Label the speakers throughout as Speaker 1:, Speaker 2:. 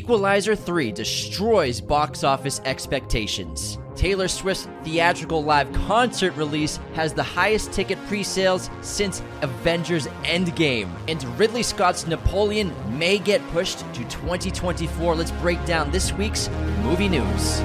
Speaker 1: Equalizer 3 destroys box office expectations. Taylor Swift's theatrical live concert release has the highest ticket pre sales since Avengers Endgame. And Ridley Scott's Napoleon may get pushed to 2024. Let's break down this week's movie news.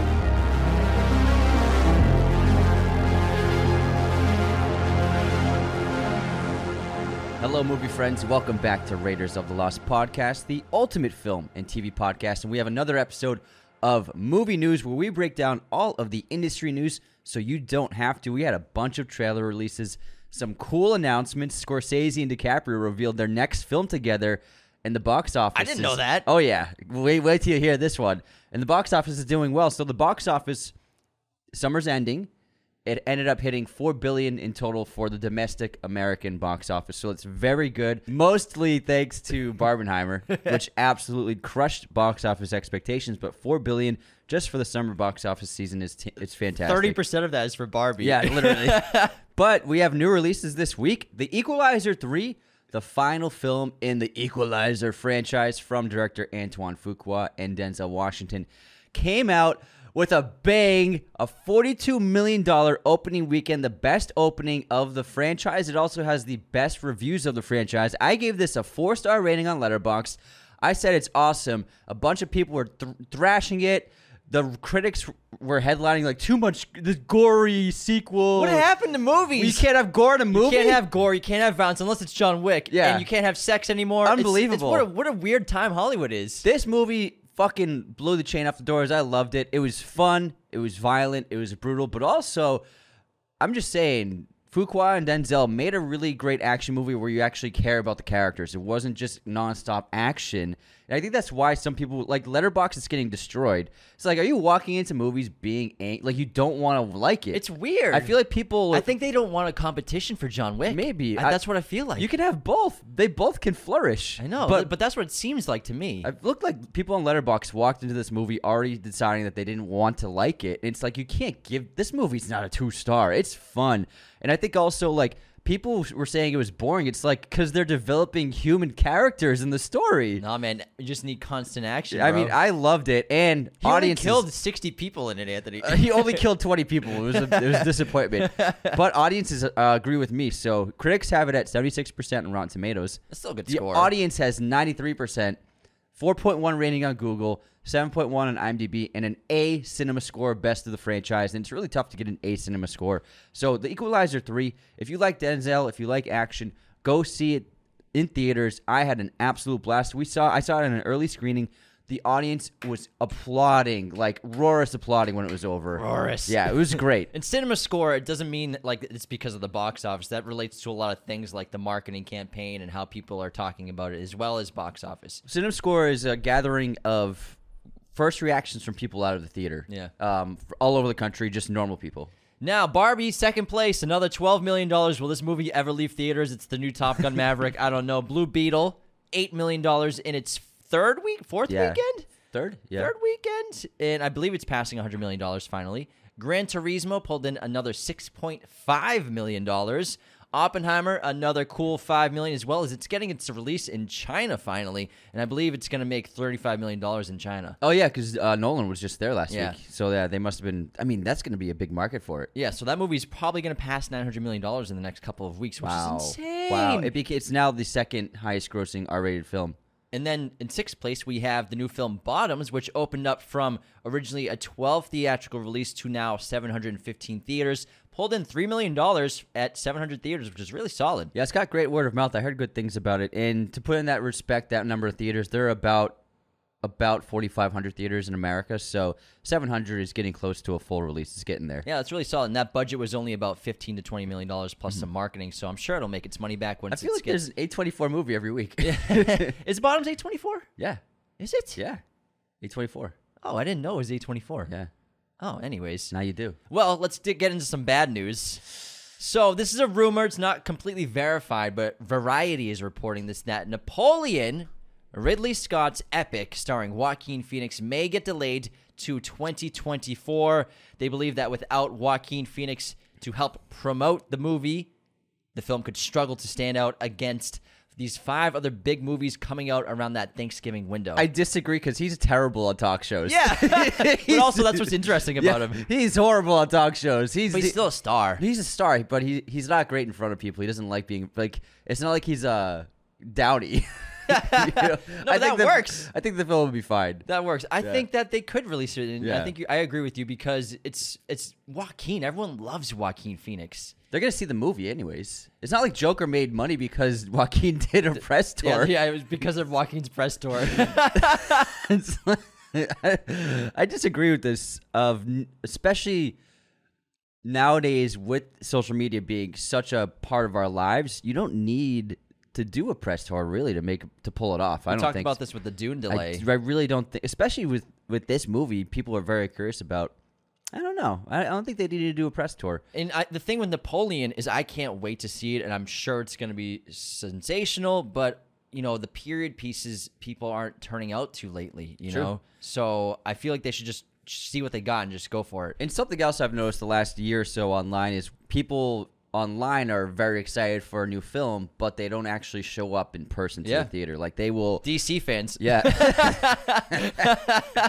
Speaker 1: Hello, movie friends. Welcome back to Raiders of the Lost podcast, the ultimate film and TV podcast. And we have another episode of Movie News where we break down all of the industry news so you don't have to. We had a bunch of trailer releases, some cool announcements. Scorsese and DiCaprio revealed their next film together. And the box office.
Speaker 2: didn't
Speaker 1: is-
Speaker 2: know that.
Speaker 1: Oh yeah, wait, wait till you hear this one. And the box office is doing well. So the box office summer's ending. It ended up hitting four billion in total for the domestic American box office, so it's very good. Mostly thanks to Barbenheimer, which absolutely crushed box office expectations. But four billion just for the summer box office season is t- it's fantastic.
Speaker 2: Thirty percent of that is for Barbie.
Speaker 1: yeah, literally. but we have new releases this week: The Equalizer three, the final film in the Equalizer franchise from director Antoine Fuqua and Denzel Washington, came out with a bang, a forty-two million dollar opening weekend, the best opening of the franchise. It also has the best reviews of the franchise. I gave this a four-star rating on Letterboxd. I said it's awesome. A bunch of people were thr thrashing it. The critics were headlining like too much this gory sequel.
Speaker 2: What happened to movies?
Speaker 1: You can't have gore in a movie.
Speaker 2: You can't have gore. You can't have violence unless it's John Wick.
Speaker 1: Yeah.
Speaker 2: And you can't have sex anymore. It's- it's
Speaker 1: Unbelievable.
Speaker 2: what, a, what a weird time Hollywood is.
Speaker 1: this movie. Fucking blew the chain off the doors. I loved it. It was fun. It was violent. It was brutal. But also, I'm just saying, Fuqua and Denzel made a really great action movie where you actually care about the characters. It wasn't just nonstop action. And I think that's why some people like Letterbox is getting destroyed. It's like, are you walking into movies being ang- like you don't want to like it?
Speaker 2: It's weird.
Speaker 1: I feel like people.
Speaker 2: I think they don't want a competition for John Wick.
Speaker 1: Maybe.
Speaker 2: I-
Speaker 1: I-
Speaker 2: that's what I feel like.
Speaker 1: you can have both. They both can flourish.
Speaker 2: I know,
Speaker 1: but
Speaker 2: but, but that's what it seems like to me.
Speaker 1: It looked like people on Letterbox walked into this movie already deciding that they didn't want to like it. It's like you can't give this movie's not a two star. It's fun, and I think also like people were saying it was boring. It's like because they're developing human characters in the story.
Speaker 2: nah, man, you just need constant action.
Speaker 1: I
Speaker 2: bro.
Speaker 1: mean, I loved it, and
Speaker 2: he only
Speaker 1: audiences
Speaker 2: killed sixty people in it, Anthony.
Speaker 1: Uh, he only killed 20 people. It was a, it was a disappointment. But audiences uh, agree with me. So critics have it at 76% on Rotten Tomatoes.
Speaker 2: That's still a good
Speaker 1: the
Speaker 2: score.
Speaker 1: audience has 93%, 4.1 rating on Google, 7.1 on IMDb, and an A cinema score, best of the franchise. And it's really tough to get an A cinema score. So The Equalizer 3, if you like Denzel, if you like action, go see it in theaters. I had an absolute blast. We saw I saw it in an early screening. The audience was applauding, like roarous applauding when it was over.
Speaker 2: Roarous.
Speaker 1: Yeah, it was great.
Speaker 2: And cinema score, it doesn't mean like it's because of the box office. That relates to a lot of things like the marketing campaign and how people are talking about it, as well as box office.
Speaker 1: Cinema Score is a gathering of first reactions from people out of the theater.
Speaker 2: Yeah.
Speaker 1: Um, f- all over the country, just normal people.
Speaker 2: Now, Barbie, second place, another $12 million. Will this movie ever leave theaters? It's the new Top Gun Maverick. I don't know. Blue Beetle, $8 million in its third week, fourth
Speaker 1: Yeah.
Speaker 2: weekend?
Speaker 1: Third? Yeah.
Speaker 2: Third weekend. And I believe it's passing $100 million finally. Gran Turismo pulled in another $6.5 million. Oppenheimer, another cool $5 million, as well as it's getting its release in China finally. And I believe it's going to make $35 million in China.
Speaker 1: Oh, yeah, because uh, Nolan was just there last
Speaker 2: Yeah.
Speaker 1: week. So yeah, they must have been. I mean, that's going to be a big market for it.
Speaker 2: Yeah, so that movie's probably going to pass $900 million in the next couple of weeks, which
Speaker 1: Wow.
Speaker 2: is insane.
Speaker 1: Wow. It beca- it's now the second highest grossing R rated film.
Speaker 2: And then in sixth place, we have the new film Bottoms, which opened up from originally a 12 theatrical release to now 715 theaters, pulled in $3 million at 700 theaters, which is really solid.
Speaker 1: Yeah, it's got great word of mouth. I heard good things about it. And to put in that respect, that number of theaters, there are about about 4,500 theaters in America. So 700 is getting close to a full release. It's getting there.
Speaker 2: Yeah, that's really solid. And that budget was only about 15 to $20 million plus some marketing, so I'm sure it'll make its money back
Speaker 1: Mm-hmm. I
Speaker 2: once
Speaker 1: feel
Speaker 2: it's
Speaker 1: like there's an A24 movie every week.
Speaker 2: Is Bottoms A24?
Speaker 1: yeah.
Speaker 2: Is it?
Speaker 1: Yeah. A24.
Speaker 2: Oh, I didn't know it was A24.
Speaker 1: Yeah.
Speaker 2: Oh, anyways.
Speaker 1: Now you do.
Speaker 2: Well, let's dig get into some bad news. So this is a rumor; it's not completely verified, but Variety is reporting this that Napoleon, Ridley Scott's epic starring Joaquin Phoenix, may get delayed to 2024. They believe that without Joaquin Phoenix to help promote the movie, the film could struggle to stand out against these five other big movies coming out around that Thanksgiving window.
Speaker 1: I disagree because he's terrible on talk shows.
Speaker 2: yeah, but also that's what's interesting about
Speaker 1: Yeah,
Speaker 2: him.
Speaker 1: He's horrible on talk shows. He's
Speaker 2: But he's
Speaker 1: the-
Speaker 2: still a star.
Speaker 1: he's a star, but he he's not great in front of people. He doesn't like being like. It's not like he's uh, dowdy. no,
Speaker 2: that works.
Speaker 1: I think the film will be fine.
Speaker 2: That works. I
Speaker 1: Yeah.
Speaker 2: think that they could release it, and I
Speaker 1: Yeah.
Speaker 2: think you, I agree with you because it's it's Joaquin. Everyone loves Joaquin Phoenix.
Speaker 1: They're gonna see the movie anyways. It's not like Joker made money because Joaquin did a press
Speaker 2: Yeah,
Speaker 1: tour.
Speaker 2: yeah, it was because of Joaquin's press tour.
Speaker 1: It's like- I, I disagree with this. Of n- especially nowadays with social media being such a part of our lives, you don't need to do a press tour really to make to pull it off. I
Speaker 2: we
Speaker 1: don't
Speaker 2: talked
Speaker 1: think
Speaker 2: about this with the Dune
Speaker 1: I,
Speaker 2: delay.
Speaker 1: I really don't think, especially with with this movie, people are very curious about. I don't know. I, I don't think they needed to do a press tour.
Speaker 2: and I, the thing with Napoleon is I can't wait to see it, and I'm sure it's going to be sensational. But you know, the period pieces people aren't turning out to lately. You
Speaker 1: True.
Speaker 2: know, so I feel like they should just see what they got and just go for it.
Speaker 1: And something else I've noticed the last year or so online is people online are very excited for a new film, but they don't actually show up in person to
Speaker 2: Yeah.
Speaker 1: the theater. Like they will.
Speaker 2: DC fans,
Speaker 1: Yeah.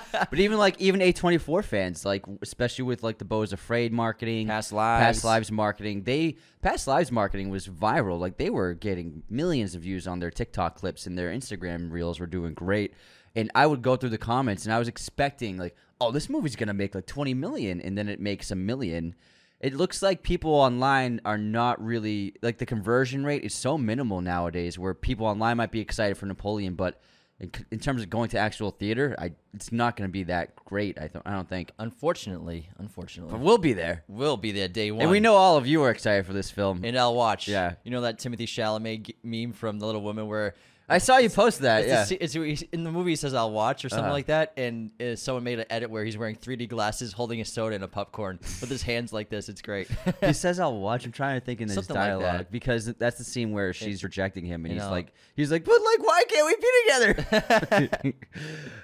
Speaker 1: but even like even A24 fans, like especially with like the Bo's Afraid marketing,
Speaker 2: Past Lives.
Speaker 1: Past Lives marketing, they Past Lives marketing was viral. Like they were getting millions of views on their TikTok clips and their Instagram reels were doing great. And I would go through the comments and I was expecting like, oh, this movie's going to make like 20 million and then it makes a million. It looks like people online are not really like the conversion rate is so minimal nowadays where people online might be excited for Napoleon but in, in terms of going to actual theater, I it's not going to be that great. I th- I don't think.
Speaker 2: unfortunately, unfortunately,
Speaker 1: But we'll be there,
Speaker 2: will be there day one.
Speaker 1: and we know all of you are excited for this film.
Speaker 2: and I'll watch.
Speaker 1: Yeah.
Speaker 2: you know that Timothy Chalamet g- meme from The Little Women where.
Speaker 1: I saw you post that.
Speaker 2: It's,
Speaker 1: Yeah,
Speaker 2: a se- it's a- he's- in the movie, he says "I'll watch" or something
Speaker 1: Uh-huh.
Speaker 2: like that, and uh, someone made an edit where he's wearing 3D glasses, holding a soda and a popcorn with his hands like this. It's great.
Speaker 1: he says I'll watch. I'm trying to think in this
Speaker 2: Something like that.
Speaker 1: dialogue because that's the scene where she's rejecting him, and
Speaker 2: You
Speaker 1: he's
Speaker 2: know.
Speaker 1: like, he's like, but like, why can't we be together?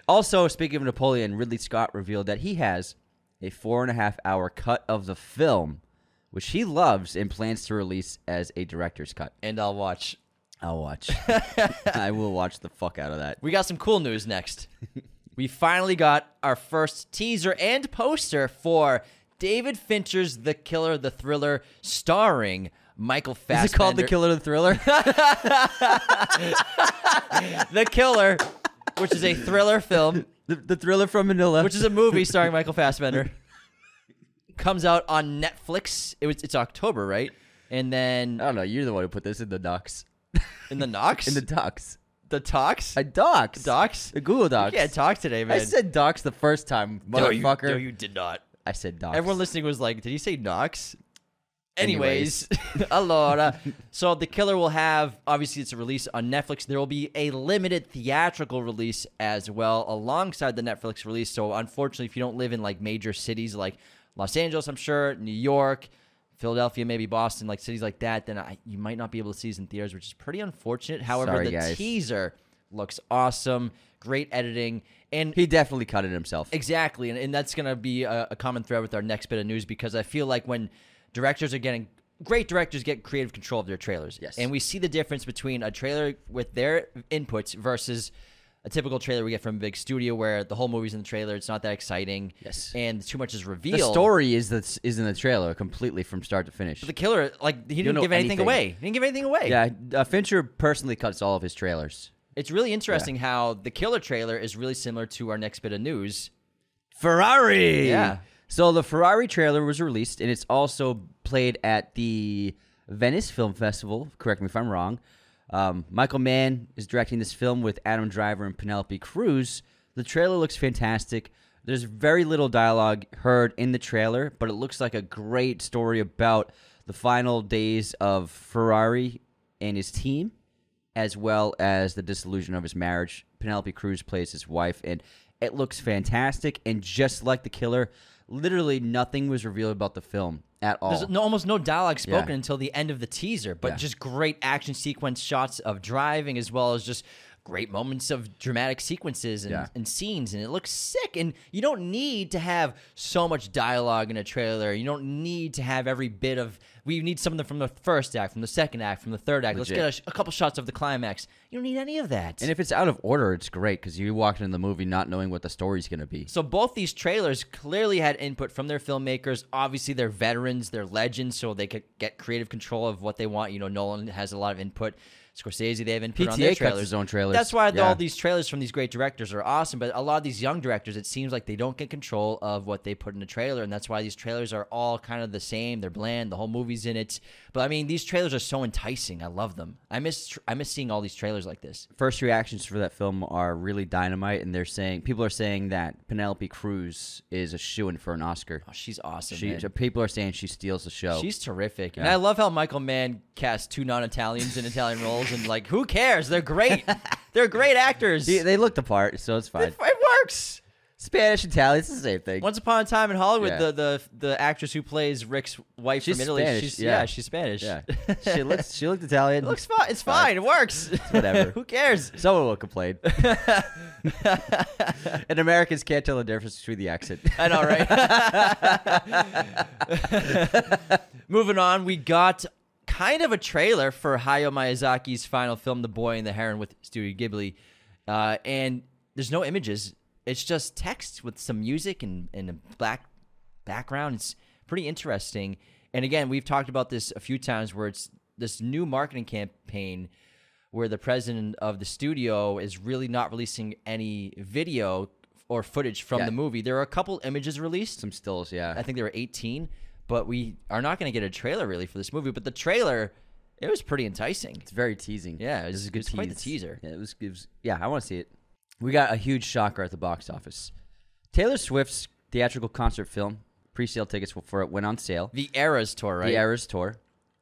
Speaker 1: also, speaking of Napoleon, Ridley Scott revealed that he has a four and a half hour cut of the film, which he loves and plans to release as a director's cut.
Speaker 2: and I'll watch.
Speaker 1: I'll watch. I will watch the fuck out of that.
Speaker 2: We got some cool news next. we finally got our first teaser and poster for David Fincher's The Killer, the Thriller, starring Michael Fassbender.
Speaker 1: Is it called The Killer of the Thriller?
Speaker 2: The Killer, which is a thriller film.
Speaker 1: the, the Thriller from Manila.
Speaker 2: which is a movie starring Michael Fassbender. Comes out on Netflix. It was it's October, right? And then
Speaker 1: I don't know. You're the one who put this in the docs.
Speaker 2: in the Knox,
Speaker 1: In the docs.
Speaker 2: the talks,
Speaker 1: I docs.
Speaker 2: docs.
Speaker 1: The Google docs.
Speaker 2: Yeah, talk today,
Speaker 1: I
Speaker 2: man.
Speaker 1: said docs the first time,
Speaker 2: No, you-
Speaker 1: motherfucker.
Speaker 2: no, you did not.
Speaker 1: I said docs.
Speaker 2: Everyone listening was like, "Did he say Knox?" Anyways, allora. So the killer will have obviously it's a release on Netflix. There will be a limited theatrical release as well alongside the Netflix release. So unfortunately, if you don't live in like major cities like Los Angeles, I'm sure New York, Philadelphia, maybe Boston, like cities like that, then I, you might not be able to see these in theaters, which is pretty unfortunate. However,
Speaker 1: Sorry,
Speaker 2: the
Speaker 1: guys.
Speaker 2: teaser looks awesome, great editing, and
Speaker 1: he definitely cut it himself.
Speaker 2: Exactly, and, and that's going to be a, a common thread with our next bit of news because I feel like when directors are getting great directors get creative control of their trailers.
Speaker 1: Yes.
Speaker 2: And we see the difference between a trailer with their inputs versus a typical trailer we get from a big studio where the whole movie's in the trailer, it's not that exciting.
Speaker 1: Yes.
Speaker 2: And too much is
Speaker 1: The
Speaker 2: revealed.
Speaker 1: story is that's is in the trailer completely from start to finish.
Speaker 2: the killer like he
Speaker 1: don't
Speaker 2: didn't
Speaker 1: know
Speaker 2: give anything,
Speaker 1: anything.
Speaker 2: away. He didn't give anything away.
Speaker 1: yeah, uh, Fincher personally cuts all of his trailers.
Speaker 2: It's really interesting how the killer trailer is really similar to our next bit of news.
Speaker 1: Ferrari.
Speaker 2: Yeah.
Speaker 1: So the Ferrari trailer was released, and it's also played at the Venice Film Festival. Correct me if I'm wrong. Um, Michael Mann is directing this film with Adam Driver and Penelope Cruz. The trailer looks fantastic. There's very little dialogue heard in the trailer, but it looks like a great story about the final days of Ferrari and his team as well as the dissolution of his marriage. Penelope Cruz plays his wife, and it looks fantastic. And just like the killer, literally nothing was revealed about the film at all.
Speaker 2: There's no, almost no dialogue spoken
Speaker 1: Yeah.
Speaker 2: until the end of the teaser, but
Speaker 1: Yeah.
Speaker 2: just great action sequence shots of driving as well as just great moments of dramatic sequences and,
Speaker 1: Yeah.
Speaker 2: and scenes, and it looks sick. And you don't need to have so much dialogue in a trailer. You don't need to have every bit of. We need something from the first act, from the second act, from the third act.
Speaker 1: Legit.
Speaker 2: Let's get a, a couple shots of the climax. You don't need any of that.
Speaker 1: And if it's out of order, it's great because you walked into the movie not knowing what the story's going to be.
Speaker 2: So both these trailers clearly had input from their filmmakers. Obviously, they're veterans, they're legends, so they could get creative control of what they want. You know, Nolan has a lot of input. Scorsese, they have input on
Speaker 1: PTA
Speaker 2: their
Speaker 1: cuts
Speaker 2: trailers.
Speaker 1: his own trailers.
Speaker 2: That's why
Speaker 1: Yeah.
Speaker 2: all these trailers from these great directors are awesome. But a lot of these young directors, it seems like they don't get control of what they put in a trailer, and that's why these trailers are all kind of the same. They're bland. The whole movie's in it. But I mean, these trailers are so enticing. I love them. I miss tr- I miss seeing all these trailers like this.
Speaker 1: First reactions for that film are really dynamite, and they're saying people are saying that Penelope Cruz is a shoe in for an Oscar.
Speaker 2: Oh, she's awesome.
Speaker 1: She,
Speaker 2: man.
Speaker 1: people are saying she steals the show.
Speaker 2: She's terrific, and
Speaker 1: Oh. Yeah.
Speaker 2: I love how Michael Mann cast two non-Italians in Italian roles, and like, who cares? They're great. They're great actors.
Speaker 1: They- they look the part, so it's fine.
Speaker 2: it, it works.
Speaker 1: Spanish, Italian, it's the same thing.
Speaker 2: Once upon a time in Hollywood,
Speaker 1: Yeah.
Speaker 2: the, the the actress who plays Rick's wife
Speaker 1: She's
Speaker 2: from Italy,
Speaker 1: Spanish,
Speaker 2: she's
Speaker 1: yeah.
Speaker 2: yeah. she's Spanish.
Speaker 1: yeah, she looks she looked Italian.
Speaker 2: it looks fine. It's
Speaker 1: fine.
Speaker 2: fine. It works.
Speaker 1: whatever.
Speaker 2: who cares?
Speaker 1: Someone will complain. and Americans can't tell the difference between the accent.
Speaker 2: I know, right? Moving on, we got kind of a trailer for Hayao Miyazaki's final film, The Boy and the Heron, with Studio Ghibli. Uh, and there's no images, it's just text with some music and, and a black background. It's pretty interesting. And again, we've talked about this a few times where it's this new marketing campaign where the president of the studio is really not releasing any video or footage from
Speaker 1: Yeah.
Speaker 2: the movie. There are a couple images released.
Speaker 1: Some stills, yeah.
Speaker 2: I think they were 18, but we are not going to get a trailer really for this movie. But the trailer, it was pretty enticing.
Speaker 1: It's very teasing.
Speaker 2: Yeah,
Speaker 1: this
Speaker 2: it was-
Speaker 1: is a good
Speaker 2: it was quite the teaser.
Speaker 1: Yeah, it was, it was- Yeah, I want to see it. We got a huge shocker at the box office. Taylor Swift's theatrical concert film pre-sale tickets for it went on sale.
Speaker 2: The Eras tour, right?
Speaker 1: The Eras tour,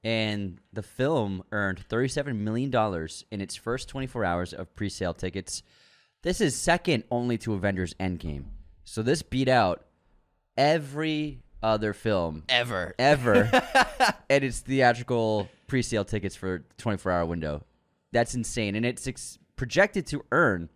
Speaker 1: and the film earned thirty-seven million dollars in its first twenty-four hours of pre-sale tickets. This is second only to Avengers: Endgame. So this beat out every other film
Speaker 2: Ever.
Speaker 1: ever at its theatrical pre-sale tickets for 24-hour window. That's insane, and it's ex- projected to earn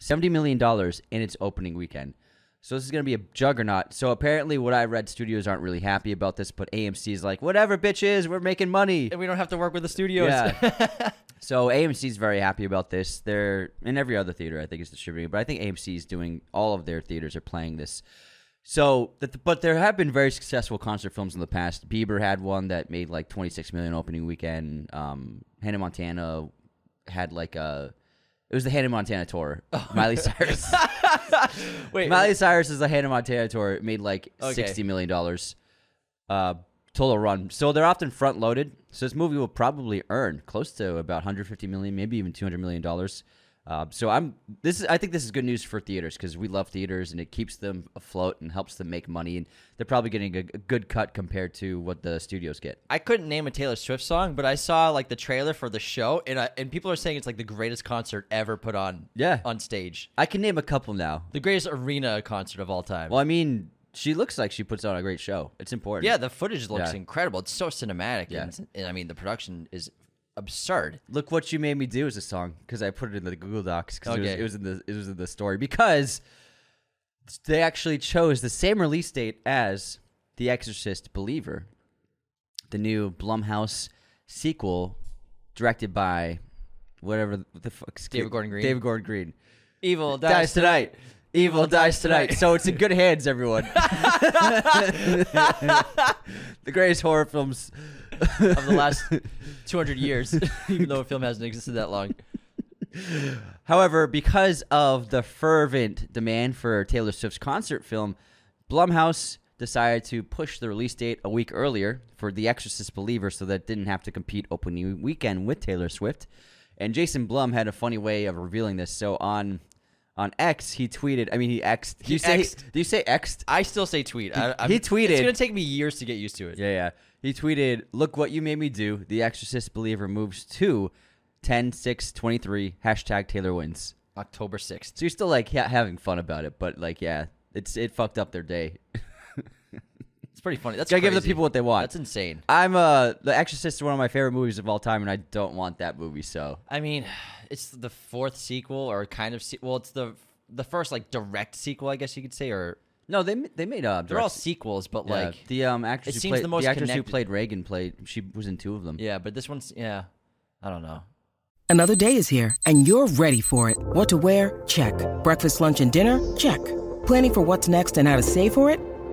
Speaker 1: 70 million dollars in its opening weekend. So this is going to be a juggernaut. So apparently, what I read, studios aren't really happy about this, but AMC is like, whatever, bitches, we're making money.
Speaker 2: And we don't have to work with the studios.
Speaker 1: Yeah. so AMC's very happy about this. They're and every other theater I think is distributing, but I think AMC's doing all of their theaters are playing this. So, that- but there have been very successful concert films in the past. Bieber had one that made like 26 million opening weekend. Um, Hannah Montana had like a it was the Hannah Montana tour. Miley Cyrus.
Speaker 2: Wait,
Speaker 1: Miley Cyrus is the Hannah Montana tour. It made like
Speaker 2: Okay.
Speaker 1: sixty million dollars. Uh, total run. So they're often front loaded. So this movie will probably earn close to about hundred fifty million, maybe even two hundred million dollars. Uh, so I'm this is I think this is good news for theaters because we love theaters and it keeps them afloat and helps them make money and they're probably getting a, a good cut compared to what the studios get.
Speaker 2: I couldn't name a Taylor Swift song, but I saw like the trailer for the show, and I, and people are saying it's like the greatest concert ever put on.
Speaker 1: Yeah.
Speaker 2: On stage,
Speaker 1: I can name a couple now.
Speaker 2: the greatest arena concert of all time.
Speaker 1: Well, I mean, she looks like she puts on a great show. It's important.
Speaker 2: yeah, the footage looks
Speaker 1: Yeah.
Speaker 2: incredible. It's so cinematic,
Speaker 1: Yeah.
Speaker 2: and, and I mean the production is absurd.
Speaker 1: Look what you made me do is a song because I put it in the Google Docs because
Speaker 2: Okay.
Speaker 1: it, was in the it was in the story because they actually chose the same release date as The Exorcist Believer, the new Blumhouse sequel directed by whatever the fuck
Speaker 2: David Gordon Green.
Speaker 1: David Gordon Green
Speaker 2: Evil
Speaker 1: dies tonight. Evil dies tonight. So it's in good hands, everyone. the greatest horror films.
Speaker 2: of the last 200 years, even though a film hasn't existed that long.
Speaker 1: However, because of the fervent demand for Taylor Swift's concert film, Blumhouse decided to push the release date a week earlier for The Exorcist Believer so that it didn't have to compete opening weekend with Taylor Swift. And Jason Blum had a funny way of revealing this. So on on X, he tweeted. I mean, he Xed. Do you say
Speaker 2: X'd.
Speaker 1: do you say Xed?
Speaker 2: I still say tweet. I, I'm-
Speaker 1: he
Speaker 2: It's
Speaker 1: tweeted-
Speaker 2: gonna take me years to get used to it.
Speaker 1: Yeah, yeah. He tweeted, Look what you made me do. The Exorcist Believer moves to 10 6 23. Hashtag Taylor wins.
Speaker 2: October 6th.
Speaker 1: So you're still like ha- having fun about it, but like, yeah, it's it fucked up their day.
Speaker 2: It's pretty funny. That's
Speaker 1: Gotta give the
Speaker 2: crazy.
Speaker 1: people what they want.
Speaker 2: That's insane.
Speaker 1: I'm uh The Exorcist is one of my favorite movies of all time, and I don't want that movie. So
Speaker 2: I mean, it's the fourth sequel or kind of se- well, it's the the first like direct sequel, I guess you could say, or
Speaker 1: no, they they made uh
Speaker 2: they're all sequels, but like
Speaker 1: like the um actress
Speaker 2: it
Speaker 1: who
Speaker 2: seems
Speaker 1: played,
Speaker 2: the most
Speaker 1: actress who
Speaker 2: connected.
Speaker 1: played Reagan played she was in two of them.
Speaker 2: yeah, but this one's yeah, I don't know.
Speaker 3: Another day is here, and you're ready for it. What to wear? Check. Breakfast, lunch, and dinner? Check. Planning for what's next and how to save for it?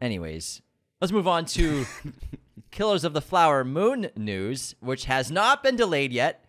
Speaker 2: Anyways, let's move on to Killers of the Flower Moon news, which has not been delayed yet.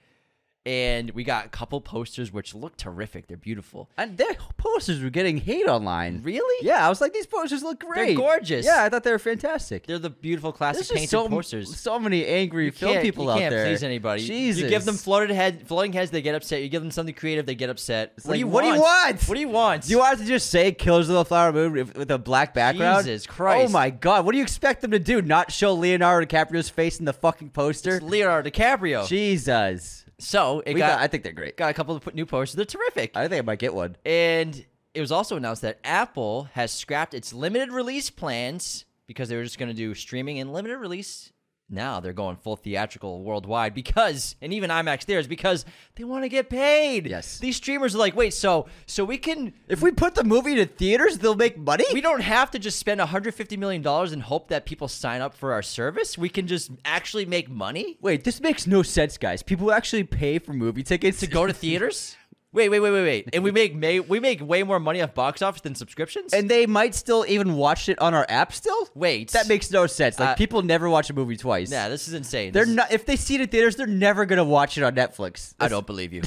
Speaker 2: And we got a couple posters which look terrific. They're beautiful.
Speaker 1: And their posters were getting hate online.
Speaker 2: Really?
Speaker 1: Yeah, I was like, these posters look great.
Speaker 2: gorgeous.
Speaker 1: Yeah, I thought they were fantastic.
Speaker 2: They're the beautiful classic
Speaker 1: There's just
Speaker 2: painted
Speaker 1: so,
Speaker 2: posters.
Speaker 1: so many angry film
Speaker 2: can't-
Speaker 1: people
Speaker 2: you
Speaker 1: out
Speaker 2: can't
Speaker 1: there.
Speaker 2: please anybody.
Speaker 1: Jesus.
Speaker 2: You give them floated head, floating heads, they get upset. You give them something creative, they get upset.
Speaker 1: It's like, what do you want?
Speaker 2: What do you want?
Speaker 1: Do you want to just say "Killers of the Flower Moon" with- with a black background?
Speaker 2: Jesus Christ.
Speaker 1: Oh my God! What do you expect them to do? Not show Leonardo DiCaprio's face in the fucking poster?
Speaker 2: It's Leonardo DiCaprio.
Speaker 1: Jesus.
Speaker 2: so it
Speaker 1: We
Speaker 2: got,
Speaker 1: got- I think they're great.
Speaker 2: Got a couple of put- new posters. They're terrific.
Speaker 1: I think I might get one.
Speaker 2: And it was also announced that Apple has scrapped its limited release plans because they were just going to do streaming and limited release. Now they're going full theatrical worldwide because, and even IMAX theaters because they want to get paid.
Speaker 1: Yes.
Speaker 2: these streamers are like, wait, so so we can
Speaker 1: If we put the movie to theaters, they'll make money.
Speaker 2: we don't have to just spend 150 million dollars and hope that people sign up for our service. We can just actually make money
Speaker 1: Wait, this makes no sense, guys. People actually pay for movie tickets
Speaker 2: to go to theaters. Wait, wait, wait, wait, wait, and we make may, we make way more money off box office than subscriptions.
Speaker 1: and they might still even watch it on our app. Still,
Speaker 2: Wait.
Speaker 1: that makes no sense. Like
Speaker 2: Uh,
Speaker 1: people never watch a movie twice.
Speaker 2: yeah, this is insane.
Speaker 1: they're
Speaker 2: This is-
Speaker 1: not. If they see it in theaters, they're never gonna watch it on Netflix.
Speaker 2: I don't believe you.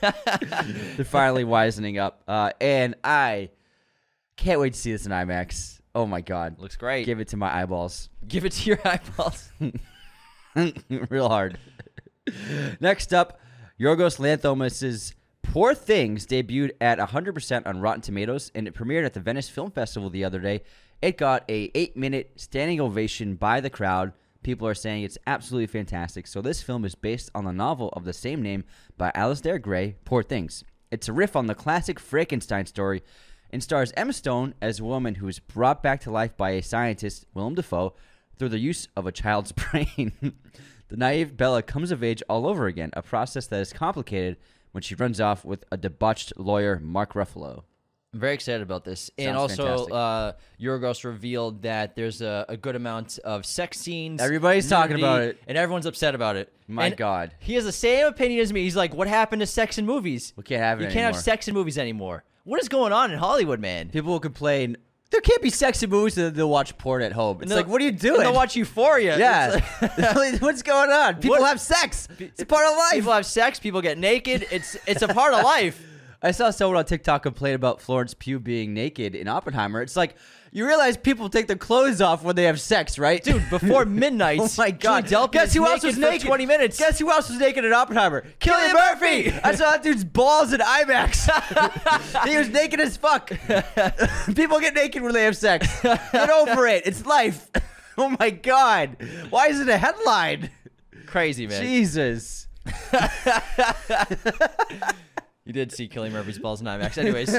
Speaker 1: They're finally wisening up, uh, and I can't wait to see this in IMAX. Oh my god,
Speaker 2: Looks great.
Speaker 1: Give it to my eyeballs,
Speaker 2: Give it to your eyeballs.
Speaker 1: real hard. Next up, Yorgos Lanthimos' Poor Things debuted at 100% on Rotten Tomatoes, and it premiered at the Venice Film Festival the other day. It got a eight-minute standing ovation by the crowd. People are saying it's absolutely fantastic. So this film is based on the novel of the same name by Alasdair Gray, Poor Things. It's a riff on the classic Frankenstein story and stars Emma Stone as a woman who is brought back to life by a scientist, Willem Dafoe, through the use of a child's brain. the naive Bella comes of age all over again, a process that is complicated when she runs off with a debauched lawyer, Mark Ruffalo.
Speaker 2: I'm very excited about this. and
Speaker 1: Sounds
Speaker 2: also,
Speaker 1: fantastic.
Speaker 2: uh, Yorgos revealed that there's a, a good amount of sex scenes.
Speaker 1: Everybody's talking about it.
Speaker 2: And everyone's upset about it.
Speaker 1: My
Speaker 2: And
Speaker 1: God.
Speaker 2: He has the same opinion as me. He's like, what happened to sex in movies?
Speaker 1: We can't have it
Speaker 2: You can't have
Speaker 1: anymore."
Speaker 2: sex in movies anymore. What is going on in Hollywood, man?
Speaker 1: People will complain, there can't be sexy movies, and they'll watch porn at home. It's
Speaker 2: And
Speaker 1: like,
Speaker 2: they'll-
Speaker 1: what are you
Speaker 2: and
Speaker 1: doing?
Speaker 2: They'll watch Euphoria.
Speaker 1: yeah.
Speaker 2: It's like-
Speaker 1: What's going on? People
Speaker 2: What-
Speaker 1: have sex. It's a part of life.
Speaker 2: people have sex. People get naked. It's it's a part of life.
Speaker 1: I saw someone on TikTok complain about Florence Pugh being naked in Oppenheimer. It's like you realize people take their clothes off when they have sex, right?
Speaker 2: Dude, before midnight,
Speaker 1: Oh my god!
Speaker 2: Julie Delpy
Speaker 1: Guess
Speaker 2: is
Speaker 1: who else
Speaker 2: naked
Speaker 1: was
Speaker 2: for
Speaker 1: naked?
Speaker 2: 20 minutes.
Speaker 1: Guess who else was naked in Oppenheimer? Killian Murphy. I saw that dude's balls in IMAX. he was naked as fuck. People get naked when they have sex. Get over it. It's life. Oh my god! Why is it a headline?
Speaker 2: Crazy, man.
Speaker 1: Jesus.
Speaker 2: You did see Killing Murphy's balls in IMAX. Anyways,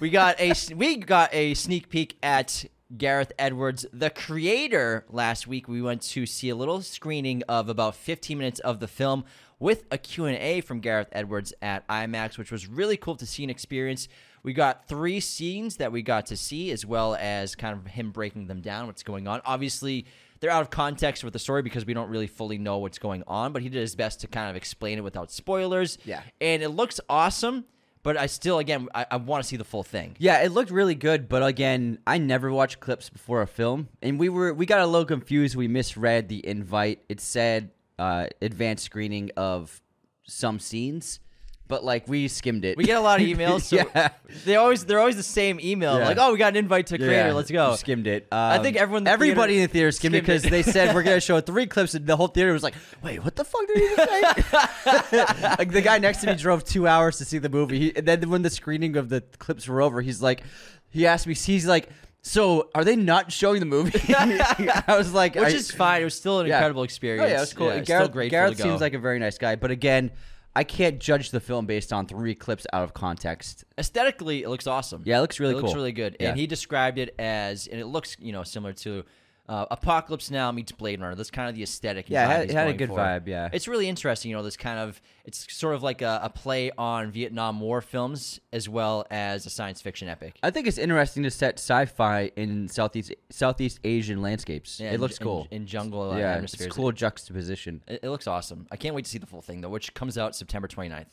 Speaker 2: we got a we got a sneak peek at Gareth Edwards, the creator. Last week, we went to see a little screening of about 15 minutes of the film with a Q&A from Gareth Edwards at IMAX, which was really cool to see and experience. We got three scenes that we got to see, as well as kind of him breaking them down, what's going on. Obviously, they're out of context with the story because we don't really fully know what's going on, but he did his best to kind of explain it without spoilers.
Speaker 1: Yeah.
Speaker 2: And it looks awesome, but I still, again, I, I want to see the full thing.
Speaker 1: Yeah, it looked really good, but again, I never watch clips before a film, and we were we got a little confused. We misread the invite. It said uh, advanced screening of some scenes, but like we skimmed it.
Speaker 2: We get a lot of emails. So
Speaker 1: Yeah.
Speaker 2: They always they're always the same email.
Speaker 1: Yeah.
Speaker 2: Like, oh, we got an invite to creator.
Speaker 1: Yeah,
Speaker 2: Let's go.
Speaker 1: we Skimmed it.
Speaker 2: I think
Speaker 1: Um,
Speaker 2: everyone in the
Speaker 1: everybody
Speaker 2: theater
Speaker 1: in the theater skimmed, it
Speaker 2: skimmed it.
Speaker 1: because they said we're gonna show three clips, and the whole theater was like, "Wait, what the fuck did he just say?" like the guy next to me drove two hours to see the movie, he, and then when the screening of the clips were over, he's like, he asked me, he's like, "So are they not showing the movie?" I was like,
Speaker 2: Which
Speaker 1: I-
Speaker 2: is fine. It was still an
Speaker 1: yeah.
Speaker 2: incredible experience.
Speaker 1: Oh, yeah, it was cool.
Speaker 2: it's
Speaker 1: Gareth,
Speaker 2: still grateful
Speaker 1: Gareth
Speaker 2: to go.
Speaker 1: seems like a very nice guy, but again, I can't judge the film based on three clips out of context.
Speaker 2: aesthetically it looks awesome.
Speaker 1: Yeah, it looks really
Speaker 2: it looks
Speaker 1: cool.
Speaker 2: really good.
Speaker 1: Yeah.
Speaker 2: And he described it as, and it looks you know similar to. Uh, Apocalypse Now meets Blade Runner. That's kind of the aesthetic. and
Speaker 1: Yeah, it
Speaker 2: vibe
Speaker 1: had-
Speaker 2: he's
Speaker 1: it had a
Speaker 2: going
Speaker 1: good
Speaker 2: for.
Speaker 1: vibe, yeah.
Speaker 2: it's really interesting. You know, this kind of it's sort of like a, a play on Vietnam War films as well as a science fiction epic.
Speaker 1: I think it's interesting to set sci-fi in southeast Southeast Asian landscapes.
Speaker 2: Yeah,
Speaker 1: it
Speaker 2: and-
Speaker 1: looks
Speaker 2: and-
Speaker 1: cool.
Speaker 2: and jungle, uh,
Speaker 1: yeah, it's
Speaker 2: atmospheres.
Speaker 1: cool juxtaposition.
Speaker 2: It, it looks awesome. I can't wait to see the full thing though, which comes out September 29th.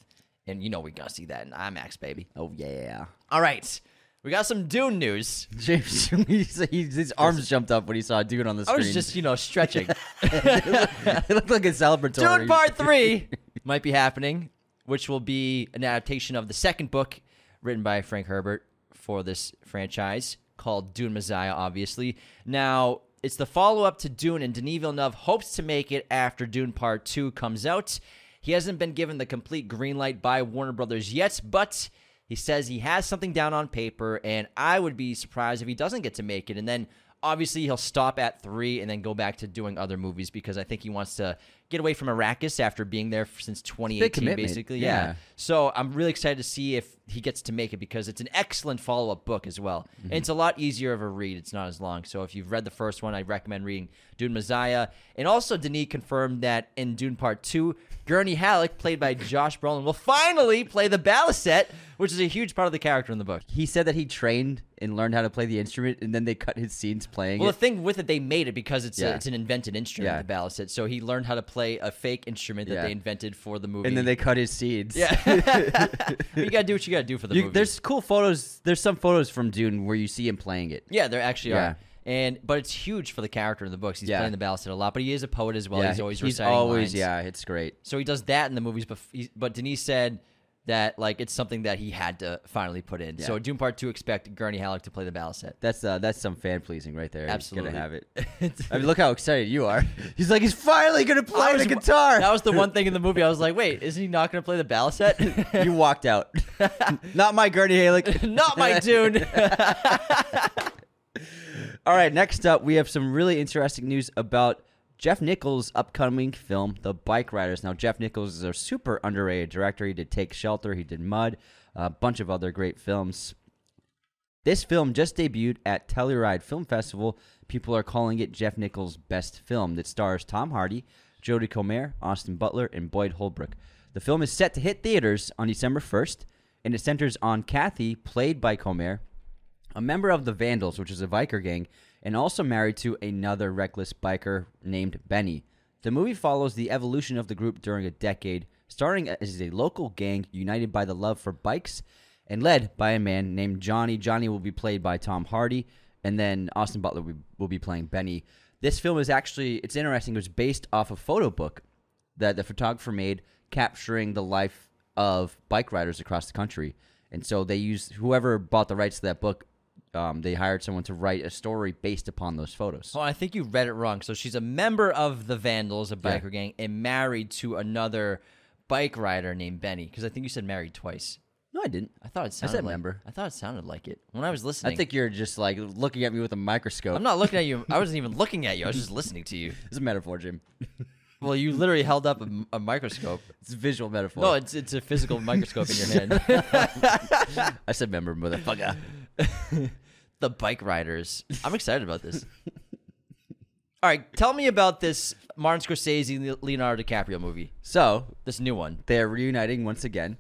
Speaker 2: And you know we gotta see that in IMAX, baby.
Speaker 1: Oh yeah,
Speaker 2: All right, we got some Dune news.
Speaker 1: James, he's, he's, his arms jumped up when he saw a dude on the
Speaker 2: I
Speaker 1: screen.
Speaker 2: was just you know stretching.
Speaker 1: it looked like a celebratory.
Speaker 2: Dune Part Three might be happening, which will be an adaptation of the second book written by Frank Herbert for this franchise called Dune Messiah. Obviously, now it's the follow-up to Dune, and Denis Villeneuve hopes to make it after Dune Part Two comes out. He hasn't been given the complete green light by Warner Brothers yet, but he says he has something down on paper, and I would be surprised if he doesn't get to make it. And then obviously he'll stop at three and then go back to doing other movies because I think he wants to get away from Arrakis after being there since 2018,
Speaker 1: commitment,
Speaker 2: basically. Yeah.
Speaker 1: yeah.
Speaker 2: So I'm really excited to see if he gets to make it because it's an excellent follow up book as well.
Speaker 1: Mm-hmm.
Speaker 2: And it's a lot easier of a read, it's not as long. So if you've read the first one, I recommend reading Dune Messiah. And also, Denis confirmed that in Dune Part 2, Gurney Halleck, played by Josh Brolin, will finally play the Balisette, which is a huge part of the character in the book.
Speaker 1: He said that he trained and learned how to play the instrument, and then they cut his scenes playing
Speaker 2: Well,
Speaker 1: it.
Speaker 2: the thing with it, they made it because it's a,
Speaker 1: Yeah.
Speaker 2: it's an invented instrument,
Speaker 1: Yeah.
Speaker 2: the balistet. So he learned how to play a fake instrument that
Speaker 1: Yeah.
Speaker 2: they invented for the movie.
Speaker 1: and then they cut his scenes.
Speaker 2: you gotta do what you gotta do for the
Speaker 1: You-
Speaker 2: movie.
Speaker 1: there's cool photos. There's some photos from Dune where you see him playing it.
Speaker 2: yeah, there actually
Speaker 1: Yeah.
Speaker 2: are. And but it's huge for the character in the books. He's
Speaker 1: Yeah.
Speaker 2: playing the balistet a lot, but he is a poet as well. he's always reciting
Speaker 1: always
Speaker 2: lines.
Speaker 1: yeah, it's great.
Speaker 2: So he does that in the movies, but he, but Denise said that like it's something that he had to finally put in. So Doom Part Two expect Gurney Halleck to play the balistet.
Speaker 1: That's uh, that's some fan pleasing right there.
Speaker 2: Absolutely.
Speaker 1: he's gonna have it. I mean, look how excited you are. He's like, he's finally gonna play
Speaker 2: I was-
Speaker 1: the guitar.
Speaker 2: That was the one thing in the movie I was like, wait, isn't he not gonna play the balistet?
Speaker 1: you walked out. Not my Gurney Halleck.
Speaker 2: not my Dune.
Speaker 1: All right, next up, we have some really interesting news about Jeff Nichols' upcoming film, The Bike Riders. Now, Jeff Nichols is a super underrated director. He did Take Shelter, he did Mud, a bunch of other great films. This film just debuted at Telluride Film Festival. People are calling it Jeff Nichols' best film that stars Tom Hardy, Jodie Comer, Austin Butler, and Boyd Holbrook. The film is set to hit theaters on December 1st, and it centers on Kathy, played by Comer, a member of the Vandals, which is a biker gang, and also married to another reckless biker named Benny. The movie follows the evolution of the group during a decade, starting as a local gang united by the love for bikes and led by a man named Johnny. Johnny will be played by Tom Hardy, and then Austin Butler will be, will be playing Benny. This film is actually it's interesting. It was based off a photo book that the photographer made capturing the life of bike riders across the country. And so they used whoever bought the rights to that book, um, they hired someone to write a story based upon those photos.
Speaker 2: Oh, I think you read it wrong. So she's a member of the Vandals, a biker gang, and married to another bike rider named Benny. Because I think you said married twice.
Speaker 1: No, I didn't.
Speaker 2: I thought it sounded like,
Speaker 1: member.
Speaker 2: I thought it sounded like it when I was listening.
Speaker 1: I think you're just like looking at me with a microscope.
Speaker 2: I'm not looking at you. I wasn't even looking at you. I was just listening to you.
Speaker 1: It's a metaphor, Jim.
Speaker 2: Well, you literally held up a, m- a microscope.
Speaker 1: It's a visual metaphor.
Speaker 2: No, it's it's a physical microscope in your hand.
Speaker 1: I said member, motherfucker.
Speaker 2: the bike riders. I'm excited about this. All right, tell me about this Martin Scorsese Leonardo DiCaprio movie.
Speaker 1: so
Speaker 2: This new one.
Speaker 1: they're reuniting once again.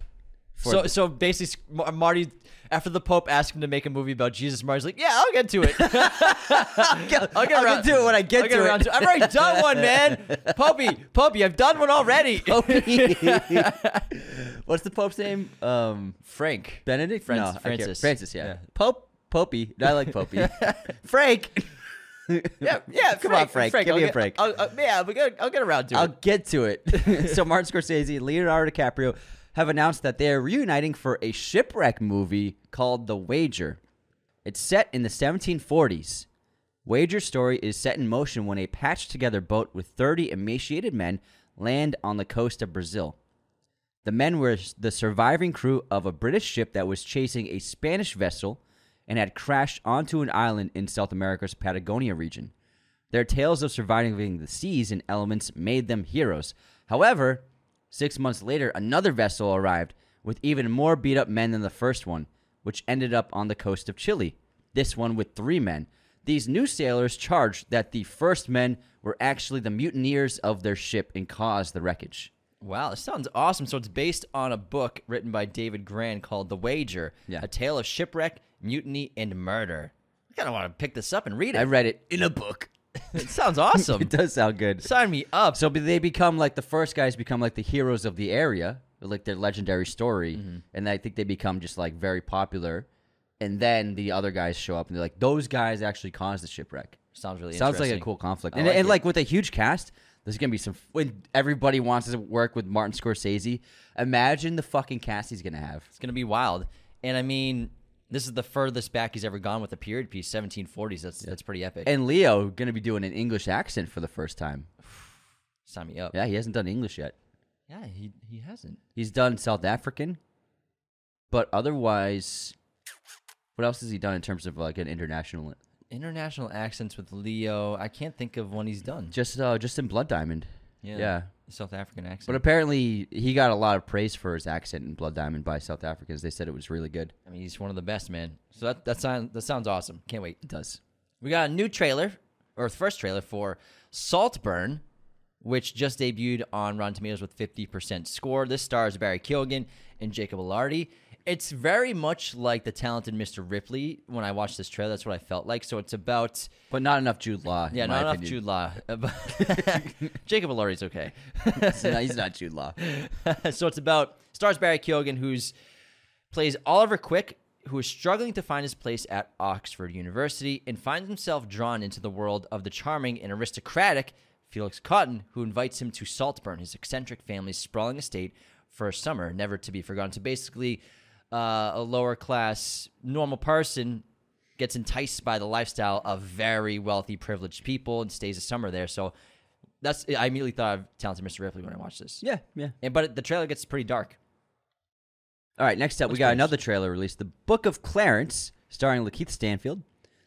Speaker 1: For
Speaker 2: So so basically, Mar- Marty after the Pope asked him to make a movie about Jesus, Marty's like, "Yeah, I'll get to it. I'll get, I'll
Speaker 1: I'll get
Speaker 2: around-
Speaker 1: to it when I get
Speaker 2: I'll
Speaker 1: to it."
Speaker 2: around I've already done one, man. Popey, Popey, I've done one already.
Speaker 1: what's the Pope's name? Um,
Speaker 2: Frank,
Speaker 1: Benedict
Speaker 2: Franc-
Speaker 1: No, I can't-
Speaker 2: Francis.
Speaker 1: Francis, yeah.
Speaker 2: Yeah.
Speaker 1: Pope, Popey. I like Popey. Frank.
Speaker 2: yeah, yeah.
Speaker 1: Come on, Frank, give
Speaker 2: I'll
Speaker 1: me a
Speaker 2: get-
Speaker 1: break.
Speaker 2: I'll, I'll- yeah, we're gonna, I'll get around to
Speaker 1: I'll
Speaker 2: it.
Speaker 1: get to it. so Martin Scorsese and Leonardo DiCaprio have announced that they are reuniting for a shipwreck movie called The Wager. It's set in the 1740s. Wager's story is set in motion when a patched together boat with 30 emaciated men land on the coast of Brazil. The men were the surviving crew of a British ship that was chasing a Spanish vessel and had crashed onto an island in South America's Patagonia region. Their tales of surviving the seas and elements made them heroes. However, six months later, another vessel arrived with even more beat up men than the first one, which ended up on the coast of Chile. This one with three men. These new sailors charged that the first men were actually the mutineers of their ship and caused the wreckage.
Speaker 2: Wow, this sounds awesome. So it's based on a book written by David Gran called The Wager,
Speaker 1: Yeah.
Speaker 2: a tale of shipwreck, mutiny, and murder. I kind of want to pick this up and read it.
Speaker 1: I read it in a book.
Speaker 2: it sounds awesome.
Speaker 1: It does sound good.
Speaker 2: Sign me up.
Speaker 1: So be- they become like the first guys become like the heroes of the area, like their legendary story, and I think they become just like very popular. And then the other guys show up and they're like, those guys actually caused the shipwreck.
Speaker 2: sounds really
Speaker 1: Sounds like a
Speaker 2: interesting.
Speaker 1: cool conflict,
Speaker 2: I
Speaker 1: and,
Speaker 2: like
Speaker 1: and
Speaker 2: it.
Speaker 1: like with a huge cast, there's gonna be some. When everybody wants to work with Martin Scorsese, imagine the fucking cast he's gonna have.
Speaker 2: It's gonna be wild. And I mean, this is the furthest back he's ever gone with a period piece, 1740s. That's that's pretty epic.
Speaker 1: And Leo gonna be doing an English accent for the first time.
Speaker 2: Sign me up.
Speaker 1: Yeah, he hasn't done English yet.
Speaker 2: Yeah, he he hasn't.
Speaker 1: He's done South African, but otherwise, what else has he done in terms of like an international?
Speaker 2: International accents with Leo. I can't think of one he's done.
Speaker 1: Just uh, just in Blood Diamond. yeah.
Speaker 2: South African accent.
Speaker 1: But apparently, he got a lot of praise for his accent in Blood Diamond by South Africans. They said it was really good.
Speaker 2: I mean, he's one of the best, man. So that that sounds that sounds awesome. Can't wait.
Speaker 1: It does.
Speaker 2: We got a new trailer, or the first trailer for Saltburn, which just debuted on Rotten Tomatoes with 50% score. This stars Barry Keoghan and Jacob Ellardy. It's very much like the talented Mr. Ripley. When I watched this trailer, that's what I felt like. So it's about
Speaker 1: But not enough Jude Law. in
Speaker 2: yeah,
Speaker 1: my
Speaker 2: not enough
Speaker 1: opinion.
Speaker 2: Jude Law. Jacob Ellardy's okay.
Speaker 1: no, he's not Jude Law.
Speaker 2: so it's about stars Barry Keoghan, who's plays Oliver Quick, who is struggling to find his place at Oxford University and finds himself drawn into the world of the charming and aristocratic Felix Cotton, who invites him to Saltburn, his eccentric family's sprawling estate, for a summer never to be forgotten. So basically, uh, a lower class normal person gets enticed by the lifestyle of very wealthy, privileged people and stays a summer there. So. That's I immediately thought of Talented Mr. Ripley when I watched this.
Speaker 1: Yeah, yeah.
Speaker 2: And but the trailer gets pretty dark.
Speaker 1: All right, next up, we
Speaker 2: Let's
Speaker 1: got
Speaker 2: finish.
Speaker 1: another trailer released The Book of Clarence, starring Lakeith Stanfield.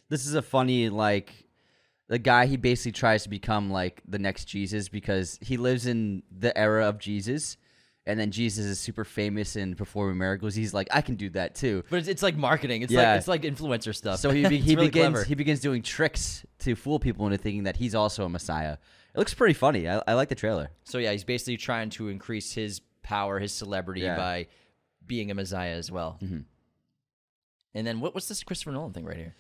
Speaker 1: This is a funny, like, the guy, he basically tries to become, like, the next Jesus because he lives in the era of Jesus. And then Jesus is super famous and performing miracles. He's like, I can do that too.
Speaker 2: But it's, it's like marketing. It's
Speaker 1: Yeah.
Speaker 2: like it's like influencer stuff.
Speaker 1: So he, be-
Speaker 2: It's
Speaker 1: he
Speaker 2: really
Speaker 1: begins
Speaker 2: clever.
Speaker 1: he begins doing tricks to fool people into thinking that he's also a messiah. It looks pretty funny. I, I like the trailer.
Speaker 2: so yeah, he's basically trying to increase his power, his celebrity
Speaker 1: Yeah. Mm-hmm.
Speaker 2: by being a messiah as well. And then what, what's this Christopher Nolan thing right here?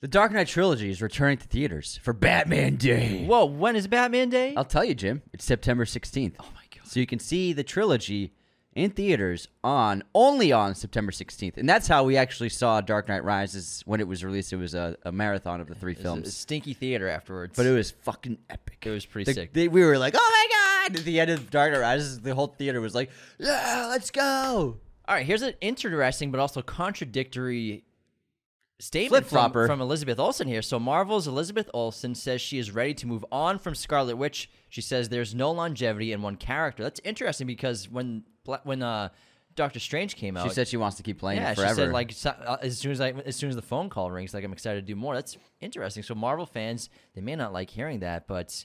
Speaker 1: The Dark Knight trilogy is returning to theaters for Batman Day.
Speaker 2: Whoa, when is Batman Day?
Speaker 1: I'll tell you, Jim. It's September 16th. Oh my god. So you can see the trilogy in theaters on only on September 16th. And that's how we actually saw Dark Knight Rises when it was released. It was a, a marathon of the three
Speaker 2: It's a
Speaker 1: films.
Speaker 2: stinky theater afterwards.
Speaker 1: but it was fucking epic.
Speaker 2: It was pretty
Speaker 1: The-
Speaker 2: sick.
Speaker 1: they- we were like, "Oh my god." At the end of Dark Knight Rises, the whole theater was like, "Yeah, let's go."
Speaker 2: All right, here's an interesting but also contradictory statement from,
Speaker 1: Flip-flopper.
Speaker 2: from Elizabeth Olsen here. So Marvel's Elizabeth Olsen says she is ready to move on from Scarlet Witch. She says there's no longevity in one character. That's interesting because when Bla- when uh, Doctor Strange came out,
Speaker 1: She said she wants to keep playing
Speaker 2: yeah,
Speaker 1: it forever.
Speaker 2: she said like so- uh, as soon as I, as soon as the phone call rings, like I'm excited to do more. That's interesting. So Marvel fans, they may not like hearing that, but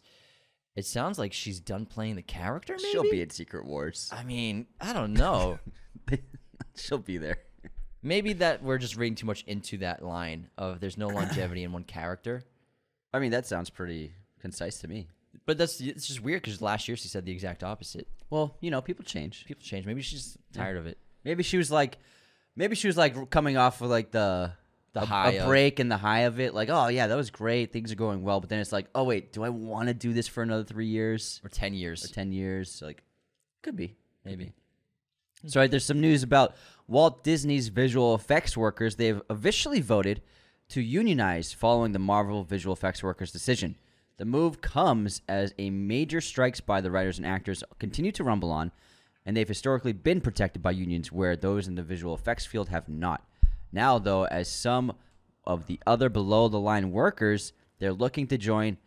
Speaker 2: It sounds like she's done playing the character. Maybe
Speaker 1: She'll be in Secret Wars.
Speaker 2: I mean, I don't know.
Speaker 1: She'll be there.
Speaker 2: maybe that we're just reading too much into that line of there's no longevity in one character.
Speaker 1: I mean, that sounds pretty concise to me.
Speaker 2: But that's it's just weird because last year she said the exact opposite.
Speaker 1: Well, you know, people change.
Speaker 2: People change. Maybe she's just tired of it.
Speaker 1: Maybe she was like, maybe she was like coming off of like the
Speaker 2: The
Speaker 1: a-
Speaker 2: high
Speaker 1: a
Speaker 2: of-
Speaker 1: break and the high of it. Like, oh yeah, that was great. Things are going well. But then it's like, oh wait, do I want to do this for another three years
Speaker 2: Or ten years.
Speaker 1: or ten years? Like, could be,
Speaker 2: Maybe.
Speaker 1: So right, there's some news about Walt Disney's visual effects workers. They've officially voted to unionize following the Marvel visual effects workers' decision. The move comes as a major strikes by the writers and actors continue to rumble on, and they've historically been protected by unions where those in the visual effects field have not. Now, though, as some of the other below the line workers, they're looking to join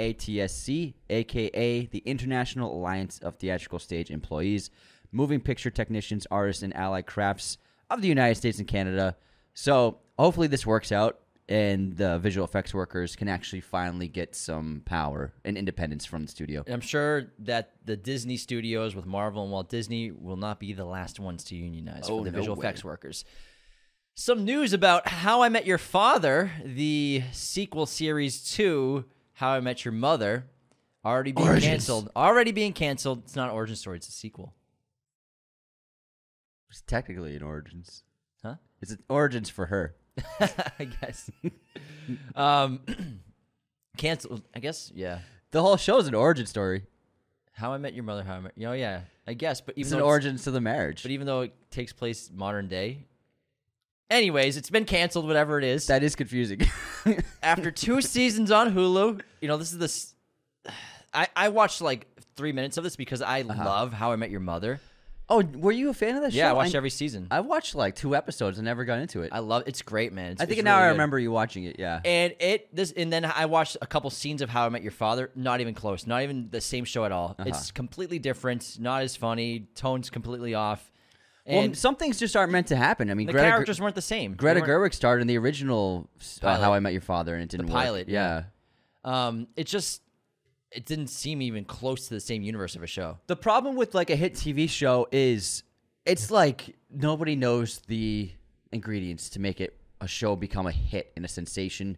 Speaker 1: IATSC, aka the International Alliance of Theatrical Stage Employees, moving picture technicians, artists, and allied crafts of the United States and Canada. So hopefully this works out and the visual effects workers can actually finally get some power and independence from the studio.
Speaker 2: And I'm sure that the Disney studios with Marvel and Walt Disney will not be the last ones to unionize
Speaker 1: Oh,
Speaker 2: for the
Speaker 1: no
Speaker 2: visual
Speaker 1: way.
Speaker 2: effects workers. Some news about How I Met Your Father, the sequel series to How I Met Your Mother, already being
Speaker 1: Origins.
Speaker 2: canceled. Already being canceled. It's not an origin story, it's a sequel.
Speaker 1: It's technically an origins.
Speaker 2: Huh?
Speaker 1: It's an origins for her.
Speaker 2: I guess. um canceled, I guess, yeah.
Speaker 1: The whole show's an origin story.
Speaker 2: How I Met Your Mother, How I Met. Oh yeah, I guess, but even
Speaker 1: It's
Speaker 2: though
Speaker 1: an origins to the marriage.
Speaker 2: But even though it takes place modern day. Anyways, it's been canceled, whatever it is.
Speaker 1: that is confusing.
Speaker 2: After two seasons on Hulu, you know, this is the. s- I, I watched like three minutes of this because I
Speaker 1: Uh-huh.
Speaker 2: love How I Met Your Mother.
Speaker 1: oh, were you a fan of that show?
Speaker 2: Yeah, I watched every season. I,
Speaker 1: I watched like two episodes and never got into it. I,
Speaker 2: love It's great, man. It's-
Speaker 1: think
Speaker 2: it's
Speaker 1: now
Speaker 2: really
Speaker 1: I
Speaker 2: good.
Speaker 1: remember you watching it. Yeah.
Speaker 2: And it this and then I watched a couple scenes of How I Met Your Father. Not even close. Not even the same show at all. It's completely different. Not as funny. Tone's completely off.
Speaker 1: well,
Speaker 2: And
Speaker 1: some things just aren't meant to happen. I mean,
Speaker 2: the
Speaker 1: Greta,
Speaker 2: characters weren't the same. They
Speaker 1: Greta
Speaker 2: weren't-
Speaker 1: Gerwig starred in the original uh,
Speaker 2: Pilot.
Speaker 1: How I Met Your Father, and it didn't work.
Speaker 2: pilot,
Speaker 1: Yeah.
Speaker 2: yeah. Um, it just it didn't seem even close to the same universe of a show.
Speaker 1: The problem with like a hit TV show is it's like nobody knows the ingredients to make it a show become a hit and a sensation,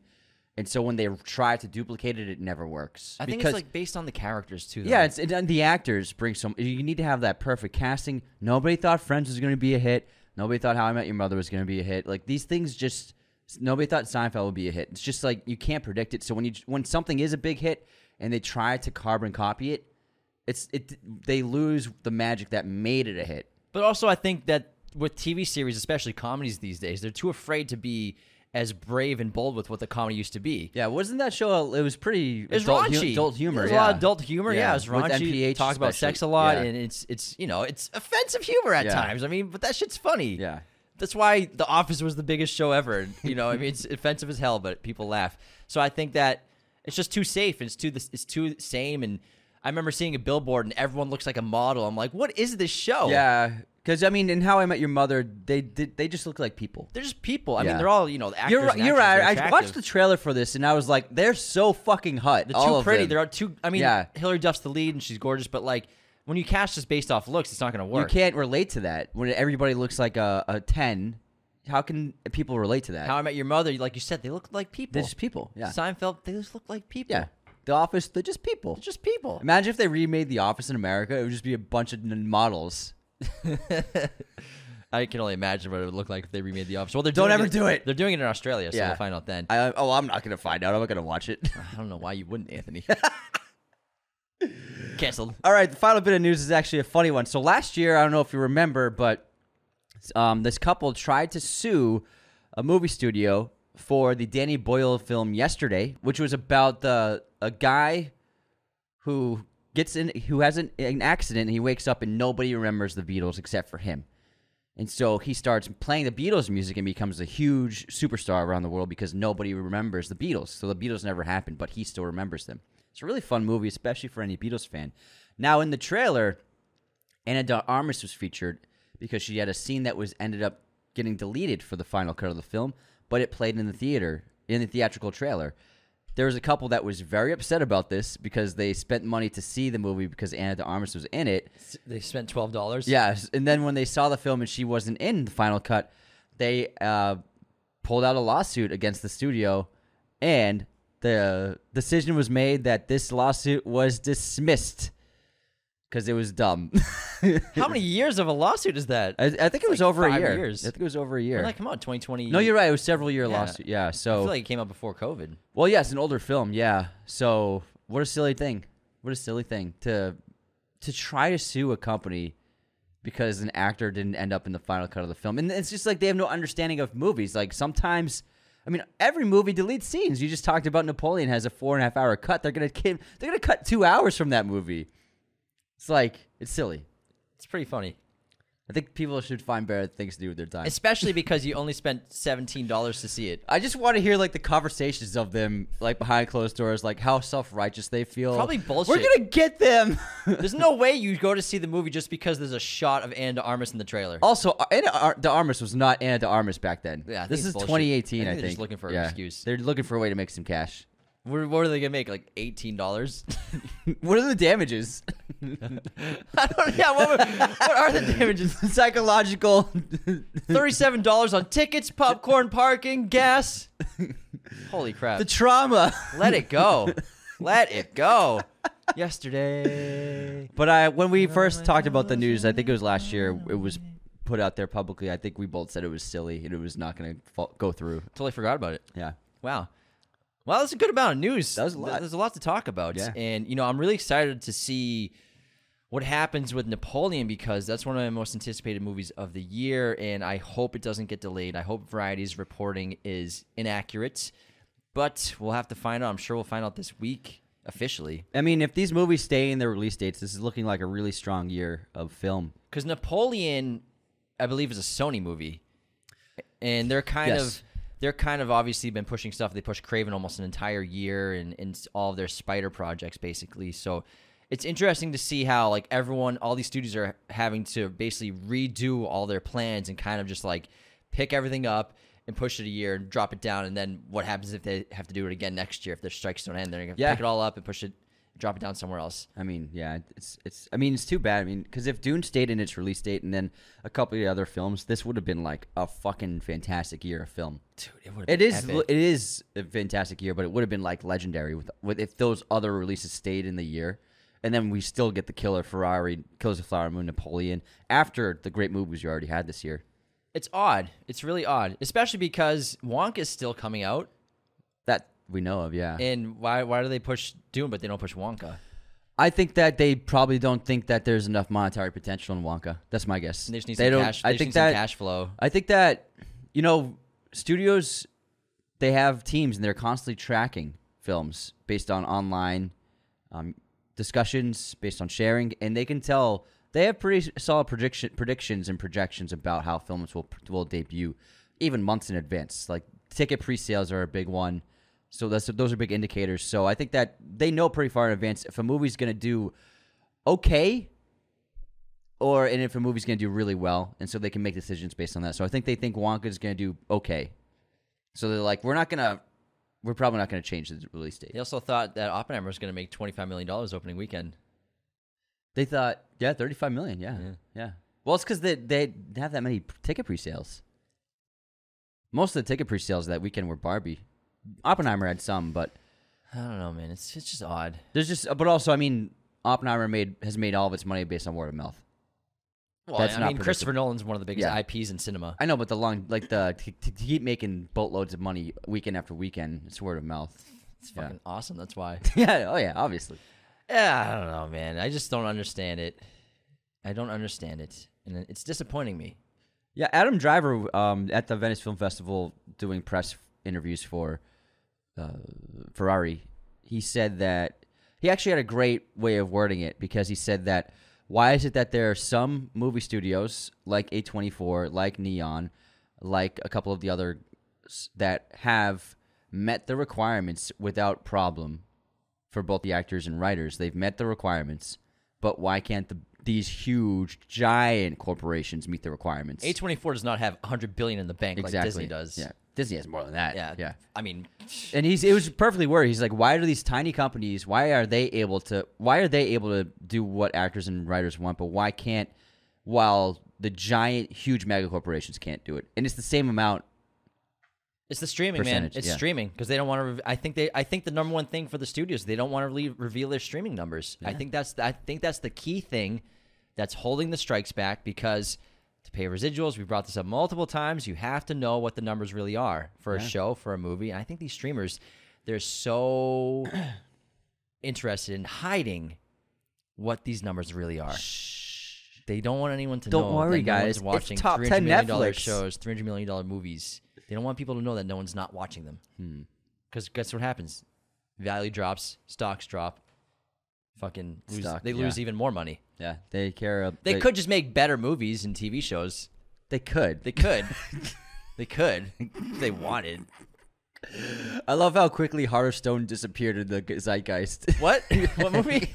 Speaker 1: and so when they try to duplicate it, it never works.
Speaker 2: I think
Speaker 1: Because-
Speaker 2: it's like based on the characters too. Though.
Speaker 1: Yeah, it's and the actors bring some. You need to have that perfect casting. Nobody thought Friends was going to be a hit. Nobody thought How I Met Your Mother was going to be a hit. Like these things just nobody thought Seinfeld would be a hit. It's just like you can't predict it. So when you when something is a big hit and they try to carbon copy it, it's it they lose the magic that made it a hit.
Speaker 2: but also I think that with TV series, especially comedies these days, they're too afraid to be as brave and bold with what the comedy used to be.
Speaker 1: Yeah, wasn't that show? It was pretty
Speaker 2: It's
Speaker 1: adult,
Speaker 2: raunchy.
Speaker 1: hu- adult humor.
Speaker 2: There's
Speaker 1: yeah.
Speaker 2: a lot of adult humor. Yeah, it's
Speaker 1: With
Speaker 2: raunchy.
Speaker 1: NPH
Speaker 2: talks about
Speaker 1: especially.
Speaker 2: sex a lot,
Speaker 1: Yeah.
Speaker 2: and it's it's you know it's offensive humor at
Speaker 1: Yeah.
Speaker 2: times. I mean, but that shit's funny.
Speaker 1: Yeah.
Speaker 2: that's why The Office was the biggest show ever. You know, I mean, it's offensive as hell, but people laugh. So I think that it's just too safe. and It's too this. It's too same. And I remember seeing a billboard, and everyone looks like a model. I'm like, what is this show?
Speaker 1: yeah, because I mean, in How I Met Your Mother, they did they just look like people.
Speaker 2: They're just people. I
Speaker 1: Yeah.
Speaker 2: mean, they're all you know. The actors
Speaker 1: You're right.
Speaker 2: and
Speaker 1: You're
Speaker 2: actresses are
Speaker 1: right. I watched
Speaker 2: attractive.
Speaker 1: the trailer for this, and I was like, "They're so fucking hot."
Speaker 2: They're
Speaker 1: all
Speaker 2: too
Speaker 1: of
Speaker 2: pretty.
Speaker 1: them.
Speaker 2: They're too. I mean,
Speaker 1: Yeah.
Speaker 2: Hillary Duff's the lead, and she's gorgeous. But like, when you cast just based off looks, it's not going to
Speaker 1: You
Speaker 2: work.
Speaker 1: can't relate to that when everybody looks like a, a ten. How can people relate to that?
Speaker 2: How I Met Your Mother, like you said, they look like people.
Speaker 1: they're just people. Yeah.
Speaker 2: Seinfeld, they just look like people.
Speaker 1: yeah. The Office. They're just people.
Speaker 2: They're just people.
Speaker 1: Imagine if they remade The Office in America. It would just be a bunch of n- models.
Speaker 2: I can only imagine what it would look like if they remade The Office. Well, they're
Speaker 1: Don't
Speaker 2: doing
Speaker 1: ever do it.
Speaker 2: They're doing it in Australia, so
Speaker 1: Yeah.
Speaker 2: we'll find out then. I,
Speaker 1: I, oh, I'm not gonna find out. I'm not gonna watch it.
Speaker 2: don't know why you wouldn't, Anthony. Cancelled.
Speaker 1: All right, the final bit of news is actually a funny one. So last year, I don't know if you remember, but um, this couple tried to sue a movie studio for the Danny Boyle film Yesterday, which was about the a guy who gets in who has an, an accident and he wakes up and nobody remembers the Beatles except for him. And so he starts playing the Beatles music and becomes a huge superstar around the world because nobody remembers the Beatles. So the Beatles never happened, but he still remembers them. It's a really fun movie, especially for any Beatles fan. Now in the trailer, Anna de Armas was featured because she had a scene that was ended up getting deleted for the final cut of the film, but it played in the theater in the theatrical trailer. there was a couple that was very upset about this because they spent money to see the movie because Anna de Armas was in it.
Speaker 2: They spent twelve dollars.
Speaker 1: Yes, and then when they saw the film and she wasn't in the final cut, they uh, pulled out a lawsuit against the studio, and the decision was made that this lawsuit was dismissed because it was dumb.
Speaker 2: How many years of a lawsuit is that?
Speaker 1: I, I think it was
Speaker 2: like
Speaker 1: over a
Speaker 2: five
Speaker 1: year.
Speaker 2: years.
Speaker 1: I think it was over a year.
Speaker 2: I'm like, come on, 2020.
Speaker 1: no, you're right. It was several year
Speaker 2: Yeah.
Speaker 1: lawsuit. Yeah.
Speaker 2: I
Speaker 1: So
Speaker 2: feel like it came out before COVID.
Speaker 1: well, yes, an older film. Yeah. So what a silly thing. What a silly thing to to try to sue a company because an actor didn't end up in the final cut of the film. And it's just like they have no understanding of movies. Like sometimes, I mean, every movie deletes scenes. You just talked about Napoleon has a four and a half hour cut. They're gonna kid, they're gonna cut two hours from that movie. It's like it's silly.
Speaker 2: It's pretty funny,
Speaker 1: I think people should find better things to do with their time.
Speaker 2: especially because you only spent seventeen dollars to see it.
Speaker 1: I just want to hear like the conversations of them, like behind closed doors, like how self righteous they feel.
Speaker 2: Probably bullshit.
Speaker 1: We're gonna get them.
Speaker 2: There's no way you go to see the movie just because there's a shot of Anna de Armas in the trailer.
Speaker 1: also, uh, Anna Ar- de Armas was not Anna de Armas back then.
Speaker 2: Yeah, I think
Speaker 1: this
Speaker 2: it's
Speaker 1: is
Speaker 2: bullshit.
Speaker 1: 2018.
Speaker 2: I
Speaker 1: I
Speaker 2: think
Speaker 1: think
Speaker 2: they're just looking for an excuse.
Speaker 1: They're looking for a way to make some cash.
Speaker 2: What, what are they gonna make? Like eighteen dollars?
Speaker 1: What are the damages?
Speaker 2: I don't. Yeah. What, were- what are the damages?
Speaker 1: Psychological.
Speaker 2: Thirty-seven dollars on tickets, popcorn, parking, gas. Holy crap!
Speaker 1: the trauma.
Speaker 2: Let it go. Let it go. Yesterday.
Speaker 1: But I, when we first talked about the news, I think it was last year. It was put out there publicly. I think we both said it was silly and it was not gonna fall- go through.
Speaker 2: Totally forgot about it.
Speaker 1: Yeah.
Speaker 2: Wow. Well, that's a good amount of news.
Speaker 1: That was a lot.
Speaker 2: There's a lot to talk about.
Speaker 1: Yeah.
Speaker 2: And, you know, I'm really excited to see what happens with Napoleon because that's one of my most anticipated movies of the year. And I hope it doesn't get delayed. I hope Variety's reporting is inaccurate. But we'll have to find out. I'm sure we'll find out this week officially.
Speaker 1: I mean, if these movies stay in their release dates, this is looking like a really strong year of film.
Speaker 2: Because Napoleon, I believe, is a Sony movie. And they're kind
Speaker 1: Yes.
Speaker 2: of. They're kind of obviously been pushing stuff. They pushed Craven almost an entire year and, and s- all of their spider projects basically. So it's interesting to see how like everyone, all these studios are having to basically redo all their plans and kind of just like pick everything up and push it a year and drop it down. And then what happens if they have to do it again next year if their strikes don't end? They're gonna
Speaker 1: Yeah.
Speaker 2: pick it all up and push it, drop it down somewhere else.
Speaker 1: I mean, yeah, it's it's. I mean, it's too bad. I mean, because if Dune stayed in its release date and then a couple of the other films, this would have been like a fucking fantastic year of film.
Speaker 2: Dude, it would.
Speaker 1: It is it is a fantastic year, but it would have been like legendary with, with if those other releases stayed in the year, and then we still get the Killer Ferrari, Killers of the Flower Moon, Napoleon after the great movies you already had this year.
Speaker 2: It's odd. It's really odd, especially because Wonka is still coming out.
Speaker 1: That we know of, yeah.
Speaker 2: And why why do they push Doom but they don't push Wonka?
Speaker 1: I think that they probably don't think that there's enough monetary potential in Wonka. That's my guess.
Speaker 2: They just need
Speaker 1: They
Speaker 2: some
Speaker 1: don't-
Speaker 2: cash.
Speaker 1: I
Speaker 2: they just
Speaker 1: think
Speaker 2: need some
Speaker 1: that-
Speaker 2: cash flow.
Speaker 1: I think that you know studios they have teams and they're constantly tracking films based on online um, discussions, based on sharing, and they can tell they have pretty solid prediction, predictions and projections about how films will will debut, even months in advance. Like ticket pre-sales are a big one. So that's, those are big indicators. So I think that they know pretty far in advance if a movie's going to do okay or and if a movie's going to do really well, and so they can make decisions based on that. So I think they think Wonka's going to do okay. So they're like, we're not going to, we're probably not going to change the release date.
Speaker 2: They also thought that Oppenheimer was going to make twenty five million dollars opening weekend.
Speaker 1: They thought, yeah, thirty-five million, yeah, yeah. Well, it's because they they didn't have that many p- ticket pre-sales. Most of the ticket pre-sales that weekend were Barbie. Oppenheimer had some, but
Speaker 2: I don't know, man. It's it's just odd.
Speaker 1: there's just, but also, I mean, Oppenheimer made has made all of its money based on word of mouth.
Speaker 2: Well,
Speaker 1: That's
Speaker 2: I
Speaker 1: not
Speaker 2: mean, Christopher Nolan's one of the biggest
Speaker 1: Yeah.
Speaker 2: IPs in cinema.
Speaker 1: I know, but the long, like the to, to keep making boatloads of money weekend after weekend, it's word of mouth.
Speaker 2: It's fucking awesome. That's why.
Speaker 1: yeah. Oh yeah. Obviously.
Speaker 2: yeah, I don't know, man. I just don't understand it. I don't understand it, and it's disappointing me.
Speaker 1: Yeah. Adam Driver um, at the Venice Film Festival doing press interviews for uh, Ferrari. He said that he actually had a great way of wording it because he said that why is it that there are some movie studios like A24, like Neon, like a couple of the other s- that have met the requirements without problem for both the actors and writers. They've met the requirements, but why can't the, these huge, giant corporations meet the requirements?
Speaker 2: A twenty four does not have hundred billion in the bank like Disney does.
Speaker 1: Yeah. Disney has more than that.
Speaker 2: Yeah.
Speaker 1: yeah.
Speaker 2: I mean,
Speaker 1: And he's it was perfectly worded. He's like, why do these tiny companies? Why are they able to? Why are they able to do what actors and writers want, but why can't? While the giant, huge mega corporations can't do it, and it's the same amount.
Speaker 2: it's the streaming, man.
Speaker 1: Percentage,
Speaker 2: It's
Speaker 1: yeah.
Speaker 2: streaming because they don't want to. Re- I think they. I think the number one thing for the studios they don't want to re- reveal their streaming numbers. I think that's. The, I think that's the key thing that's holding the strikes back because to pay residuals, we brought this up multiple times. You have to know what the numbers really are for a show, for a movie. And I think these streamers, they're so interested in hiding what these numbers really are. They don't want anyone to
Speaker 1: Don't
Speaker 2: know.
Speaker 1: worry,
Speaker 2: that no one's
Speaker 1: guys. It's
Speaker 2: watching
Speaker 1: top
Speaker 2: 300
Speaker 1: 10
Speaker 2: million dollar
Speaker 1: Netflix.
Speaker 2: shows, three hundred million dollar movies. They don't want people to know that no one's not watching them.
Speaker 1: Hmm.
Speaker 2: Because guess what happens? Value drops, stocks drop. Fucking, lose,
Speaker 1: Stock,
Speaker 2: they lose
Speaker 1: yeah.
Speaker 2: even more money.
Speaker 1: Yeah, they care. ab-
Speaker 2: They, could just make better movies and TV shows.
Speaker 1: They could.
Speaker 2: They could. they could. If they wanted.
Speaker 1: I love how quickly Heart of Stone disappeared in the zeitgeist.
Speaker 2: What? What movie?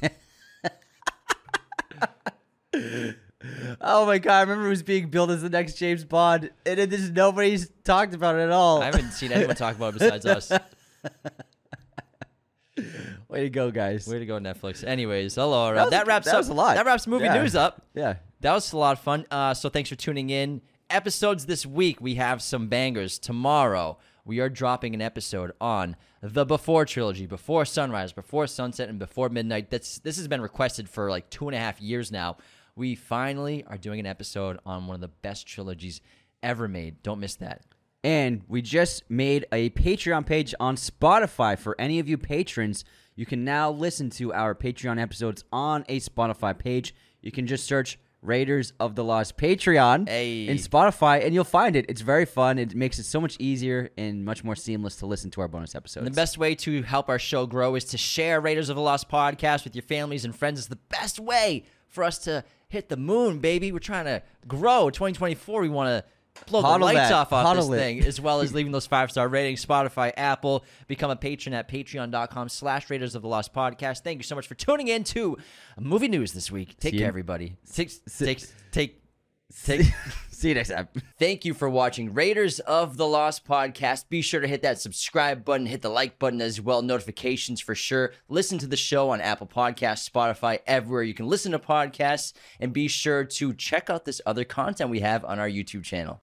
Speaker 1: oh my god! I remember it was being billed as the next James Bond, and it just nobody's talked about it at all.
Speaker 2: I haven't seen anyone talk about it besides us.
Speaker 1: Way to go, guys!
Speaker 2: Way to go, Netflix. Anyways, hello. That,
Speaker 1: was-
Speaker 2: wraps
Speaker 1: that
Speaker 2: up
Speaker 1: was a lot.
Speaker 2: That wraps movie
Speaker 1: Yeah.
Speaker 2: news up.
Speaker 1: yeah,
Speaker 2: That was a lot of fun. Uh, so thanks for tuning in. Episodes this week, we have some bangers. Tomorrow, we are dropping an episode on the Before trilogy, Before Sunrise, Before Sunset, and Before Midnight. That's this has been requested for like two and a half years now. We finally are doing an episode on one of the best trilogies ever made. Don't miss that.
Speaker 1: And we just made a Patreon page on Spotify for any of you patrons. You can now listen to our Patreon episodes on a Spotify page. You can just search Raiders of the Lost Patreon
Speaker 2: Hey.
Speaker 1: in Spotify and you'll find it. It's very fun. It makes it so much easier and much more seamless to listen to our bonus episodes.
Speaker 2: And the best way to help our show grow is to share Raiders of the Lost podcast with your families and friends. It's the best way for us to hit the moon, baby. We're trying to grow. 2024, we want to blow the
Speaker 1: Hodl
Speaker 2: lights
Speaker 1: that.
Speaker 2: off off
Speaker 1: Hodl
Speaker 2: this
Speaker 1: it.
Speaker 2: thing, as well as leaving those five star ratings. Spotify, Apple, become a patron at patreon.com slash Raiders of the Lost podcast. Thank you so much for tuning in to movie news this week. Take
Speaker 1: See you.
Speaker 2: care, everybody. Take,
Speaker 1: see-
Speaker 2: take, take, take.
Speaker 1: See, see you next time.
Speaker 2: Thank you for watching Raiders of the Lost podcast. Be sure to hit that subscribe button, hit the like button as well, notifications for sure. Listen to the show on Apple Podcasts, Spotify, everywhere you can listen to podcasts, and be sure to check out this other content we have on our YouTube channel.